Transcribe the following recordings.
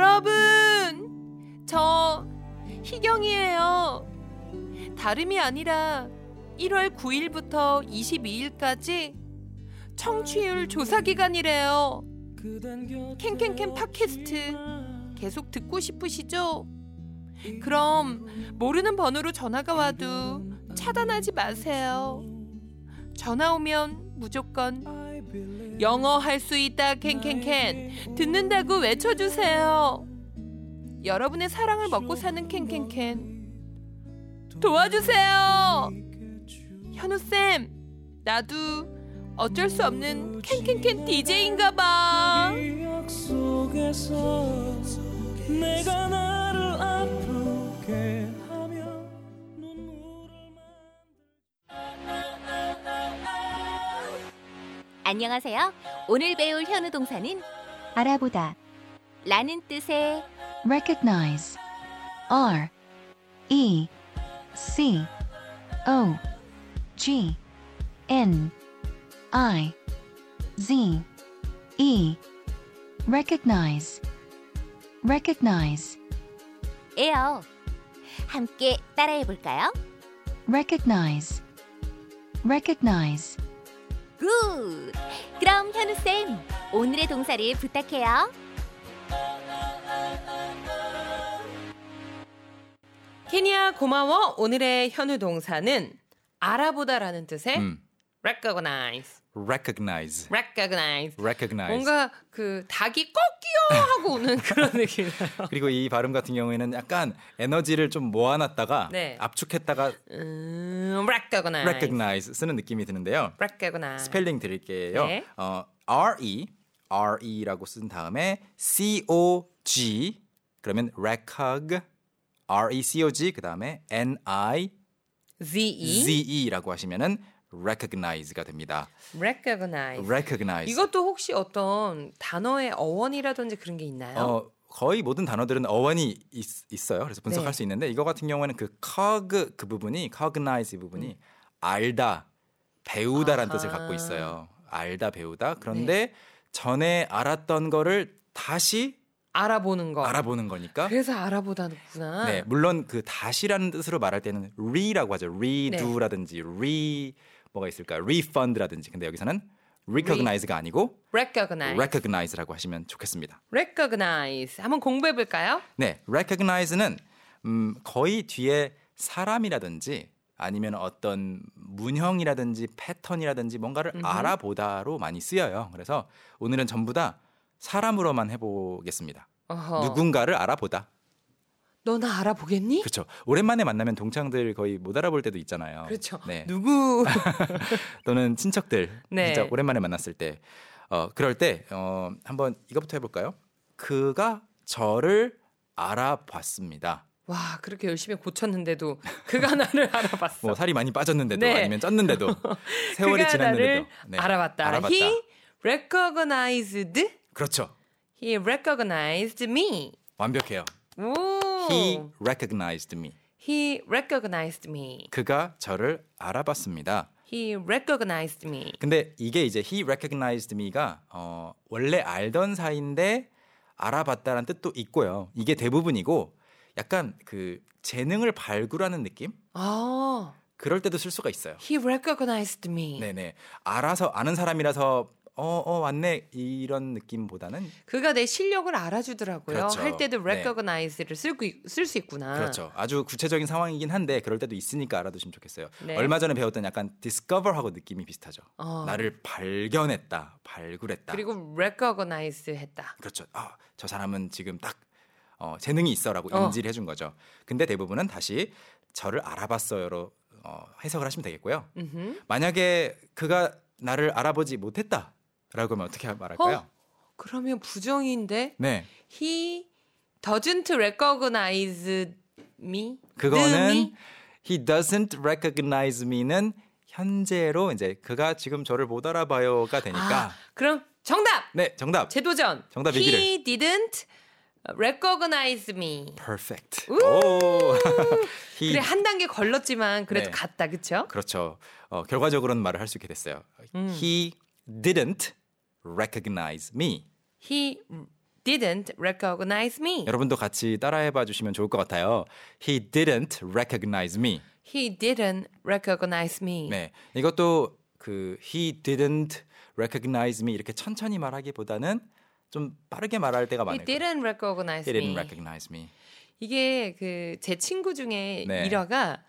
여러분! 저 희경이에요. 다름이 아니라 1월 9일부터 22일까지 청취율 조사 기간이래요. 캔캔캔 팟캐스트 계속 듣고 싶으시죠? 그럼 모르는 번호로 전화가 와도 차단하지 마세요. 전화 오면 무조건 영어 할 수 있다 캔캔캔 듣는다고 외쳐주세요. 여러분의 사랑을 먹고 사는 캔캔캔 도와주세요. 현우 쌤, 나도 어쩔 수 없는 캔캔캔 DJ인가 봐. 기억 속에서 내가 나를 아프게 하며 눈물을 안녕하세요. 오늘 배울 현우 동사는 알아보다 라는 뜻의 recognize R E C O G N I Z E recognize recognize 에요. 함께 따라해 볼까요? recognize recognize 굿! 그럼 현우쌤, 오늘의 동사를 부탁해요. 케니야 고마워. 오늘의 현우 동사는 알아보다라는 뜻의 음. recognize, recognize. recognize. recognize. 뭔가 그 닭이 꼭 끼어 하고 오는 그런 느낌. 나요. 그리고 이 발음 같은 경우에는 약간 에너지를 좀 모아놨다가 네. 압축했다가 음, recognize, recognize 쓰는 느낌이 드는데요. recognize. 스펠링 드릴게요. 네. 어, R E R E라고 쓴 다음에 C O G 그러면 recog R E C O G 그 다음에 N I Z E Z E라고 하시면은 recognize가 됩니다. recognize. recognize. 이것도 혹시 어떤 단어의 어원이라든지 그런 게 있나요? 어, 거의 모든 단어들은 어원이 있, 어요 그래서 분석할 네. 수 있는데 이거 같은 경우에는 그 cog 그 부분이 cognize 부분이 알다, 음. 배우다라는 아하. 네. 뜻을 갖고 있어요. 알다, 배우다. 그런데 전에 알았던 거를 다시 알아보는 거. 알아보는 거니까. 그래서 알아보다구나. 네, 물론 그 다시라는 뜻으로 말할 때는 re라고 네. 하죠. redo라든지 re 뭐가 있을까? refund라든지. 근데 여기서는 recognize가 아니고 recognize, recognize라고 하시면 좋겠습니다. recognize. 한번 공부해 볼까요? 네, recognize는 음, 거의 뒤에 사람이라든지 아니면 어떤 문형이라든지 패턴이라든지 뭔가를 알아보다로 많이 쓰여요. 그래서 오늘은 전부 다 사람으로만 해보겠습니다. 어허. 누군가를 알아보다. 너나 알아보겠니? 그렇죠. 오랜만에 만나면 동창들 거의 못 알아볼 때도 있잖아요. 그렇죠. 네. 누구? 또는 친척들 네. 진짜 오랜만에 만났을 때 어, 그럴 때 어, 한번 이것부터 해볼까요? 그가 저를 알아봤습니다. 와 그렇게 열심히 고쳤는데도 그가 나를 알아봤어. 뭐 살이 많이 빠졌는데도 네. 아니면 쪘는데도 세월이 그가 나를 지났는데도 네, 알아봤다. He recognized. 그렇죠 He recognized me. 완벽해요 오. Oh. he recognized me He recognized me. 그가 저를 알아봤습니다 He recognized me. 근데 이게 이제 he recognized me가 어, 원래 알던 사이인데 알아봤다라는 뜻도 있고요 이게 대부분이고 약간 그 재능을 발굴하는 느낌 아, 그럴 때도 쓸 수가 있어요 he recognized me. 네네 알아서 아는 사람이라서 어어 왔네 이런 느낌보다는 그가 내 실력을 알아주더라고요. 그렇죠. 할 때도 네. recognize를 쓸 수 있구나. 그렇죠. 아주 구체적인 상황이긴 한데 그럴 때도 있으니까 알아두시면 좋겠어요. 네. 얼마 전에 배웠던 약간 discover하고 느낌이 비슷하죠. 어. 나를 발견했다, 발굴했다. 그리고 recognize 했다. 그렇죠. 아, 저 사람은 지금 딱 어, 재능이 있어라고 어. 인지를 해준 거죠. 근데 대부분은 다시 저를 알아봤어요로 어, 해석을 하시면 되겠고요. 음흠. 만약에 그가 나를 알아보지 못했다라고 하면 어떻게 말할까요? 어? 그러면 부정인데 네, he doesn't recognize me. 그거는 me? he doesn't recognize me는 현재로 이제 그가 지금 저를 못 알아봐요가 되니까 아, 그럼 정답. 네 정답 재도전. 정답 he 얘기를. didn't recognize me. perfect 우! 오 he 그래 한 단계 걸렀지만 그래도 네. 갔다 그쵸? 그렇죠 어, 결과적으로는 말을 할 수 있게 됐어요 음. he didn't recognize me He didn't recognize me. 여러분도 같이 따라해봐 주시면 좋을 것 같아요. He didn't recognize me. He didn't recognize me. 네, 이것도 그 he didn't recognize me 이렇게 천천히 말하기보다는 좀 빠르게 말할 때가 He 많아요. didn't recognize He didn't me. recognize me. 이게 그 제 친구 중에 네. 일화가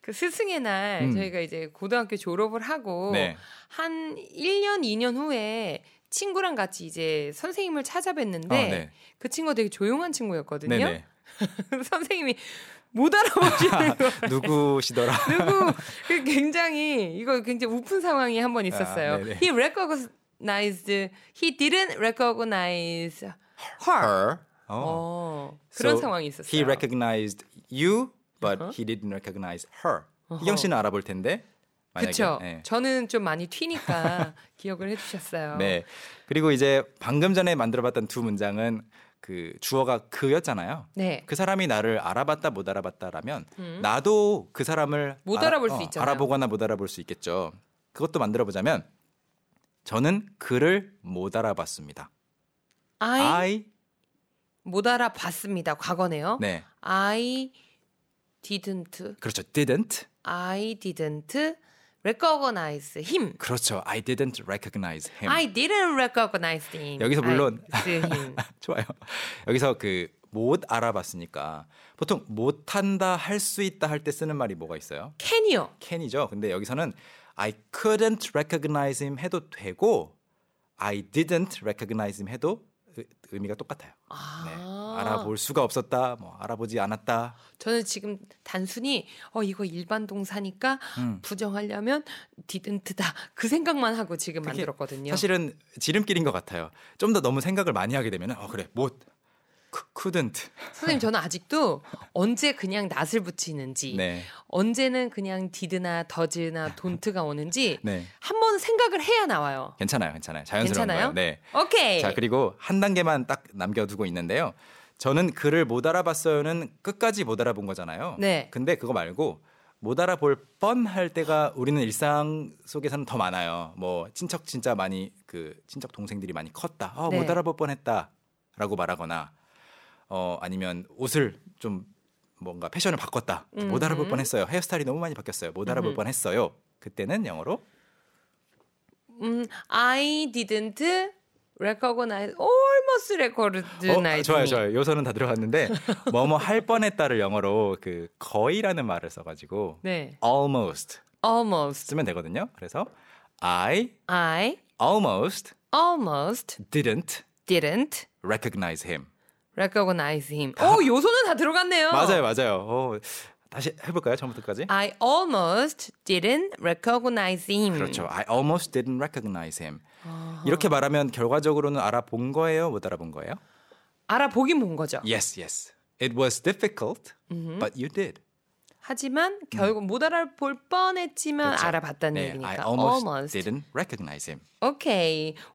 그 스승의 날 음. 저희가 이제 고등학교 졸업을 하고 네, 한 1년 2년 후에 친구랑 같이 이제 선생님을 찾아뵀는데 아, 네. 그 친구가 되게 조용한 친구였거든요. 네네. 선생님이 못 알아보시는 거예요. 누구시더라? 누구 그 굉장히 이거 굉장히 우픈 상황이 한 번 있었어요. 아, 네네. he recognized he didn't recognize her. Her. 어. 어, 그런 So, 상황이 있었어요. Uh-huh. He recognized you, but he didn't recognize her. 희경 씨는 알아볼 텐데. 만약에. 그쵸. 네. 저는 좀 많이 튀니까 기억을 해주셨어요. 네. 그리고 이제 방금 전에 만들어봤던 두 문장은 그 주어가 그였잖아요. 네. 그 사람이 나를 알아봤다 못 알아봤다라면 나도 그 사람을 음. 못 알아- 알아볼 수 어, 있잖아요. 알아보거나 못 알아볼 수 있겠죠. 그것도 만들어 보자면 저는 그를 못 알아봤습니다. I, I 못 알아봤습니다. 과거네요. 네. I didn't 그렇죠. didn't. I didn't recognize him. 그렇죠. I didn't recognize him. I didn't recognize him. 여기서 물론- I didn't him. 좋아요. 여기서 그 못 알아봤으니까 보통 못한다 할 수 있다 할 때 쓰는 말이 뭐가 있어요? 네. 캔이요. can이죠. 근데 여기서는 I couldn't recognize him 해도 되고 I didn't recognize him 해도 의- 의미가 똑같아요. 네. 아. 알아볼 수가 없었다. 뭐 알아보지 않았다. 저는 지금 단순히 어 이거 일반 동사니까 음. 부정하려면 didn't다 그 생각만 하고 지금 그게 만들었거든요. 사실은 지름길인 것 같아요. 좀 더 너무 생각을 많이 하게 되면 어 그래 못 그- couldn't 선생님 저는 아직도 언제 그냥 낫을 붙이는지 네. 언제는 그냥 did나 does나 don't가 오는지 네. 한 번 생각을 해야 나와요. 괜찮아요. 괜찮아요. 자연스러운 괜찮아요? 거예요. 네. 오케이. 자 그리고 한 단계만 딱 남겨두고 있는데요. 저는 그를 못 알아봤어요는 끝까지 못 알아본 거잖아요. 네. 근데 그거 말고 못 알아볼 뻔할 때가 우리는 일상 속에서는 더 많아요. 뭐 친척 진짜 많이 그 친척 동생들이 많이 컸다. 어, 네. 못 알아볼 뻔했다라고 말하거나 어 아니면 옷을 좀 뭔가 패션을 바꿨다. 못 알아볼 음. 뻔했어요. 헤어스타일이 너무 많이 바뀌었어요. 못 알아볼 뻔했어요. 그때는 영어로 음, I didn't recognize almost recognize. 어, 좋아요, me. 좋아요. 요소는 다 들어갔는데 뭐뭐 할 뻔했다를 영어로 그 거의라는 말을 써가지고 네. almost almost. 쓰면 되거든요. 그래서 I I almost almost didn't didn't recognize him. recognize him. 오, 요소는 다 들어갔네요. 아. 맞아요, 맞아요. 어, 다시 해볼까요, 처음부터까지? I almost didn't recognize him. 그렇죠. I almost didn't recognize him. 이렇게 말하면 결과적으로는 알아본 거예요, 못 알아본 거예요? 알아보긴 본 거죠. Yes, yes. It was difficult, but you did. 하지만 결국 못 알아볼 뻔했지만 음. 그렇죠. 알아봤다는 네, 얘기니까. I almost, didn't recognize him. 오케이.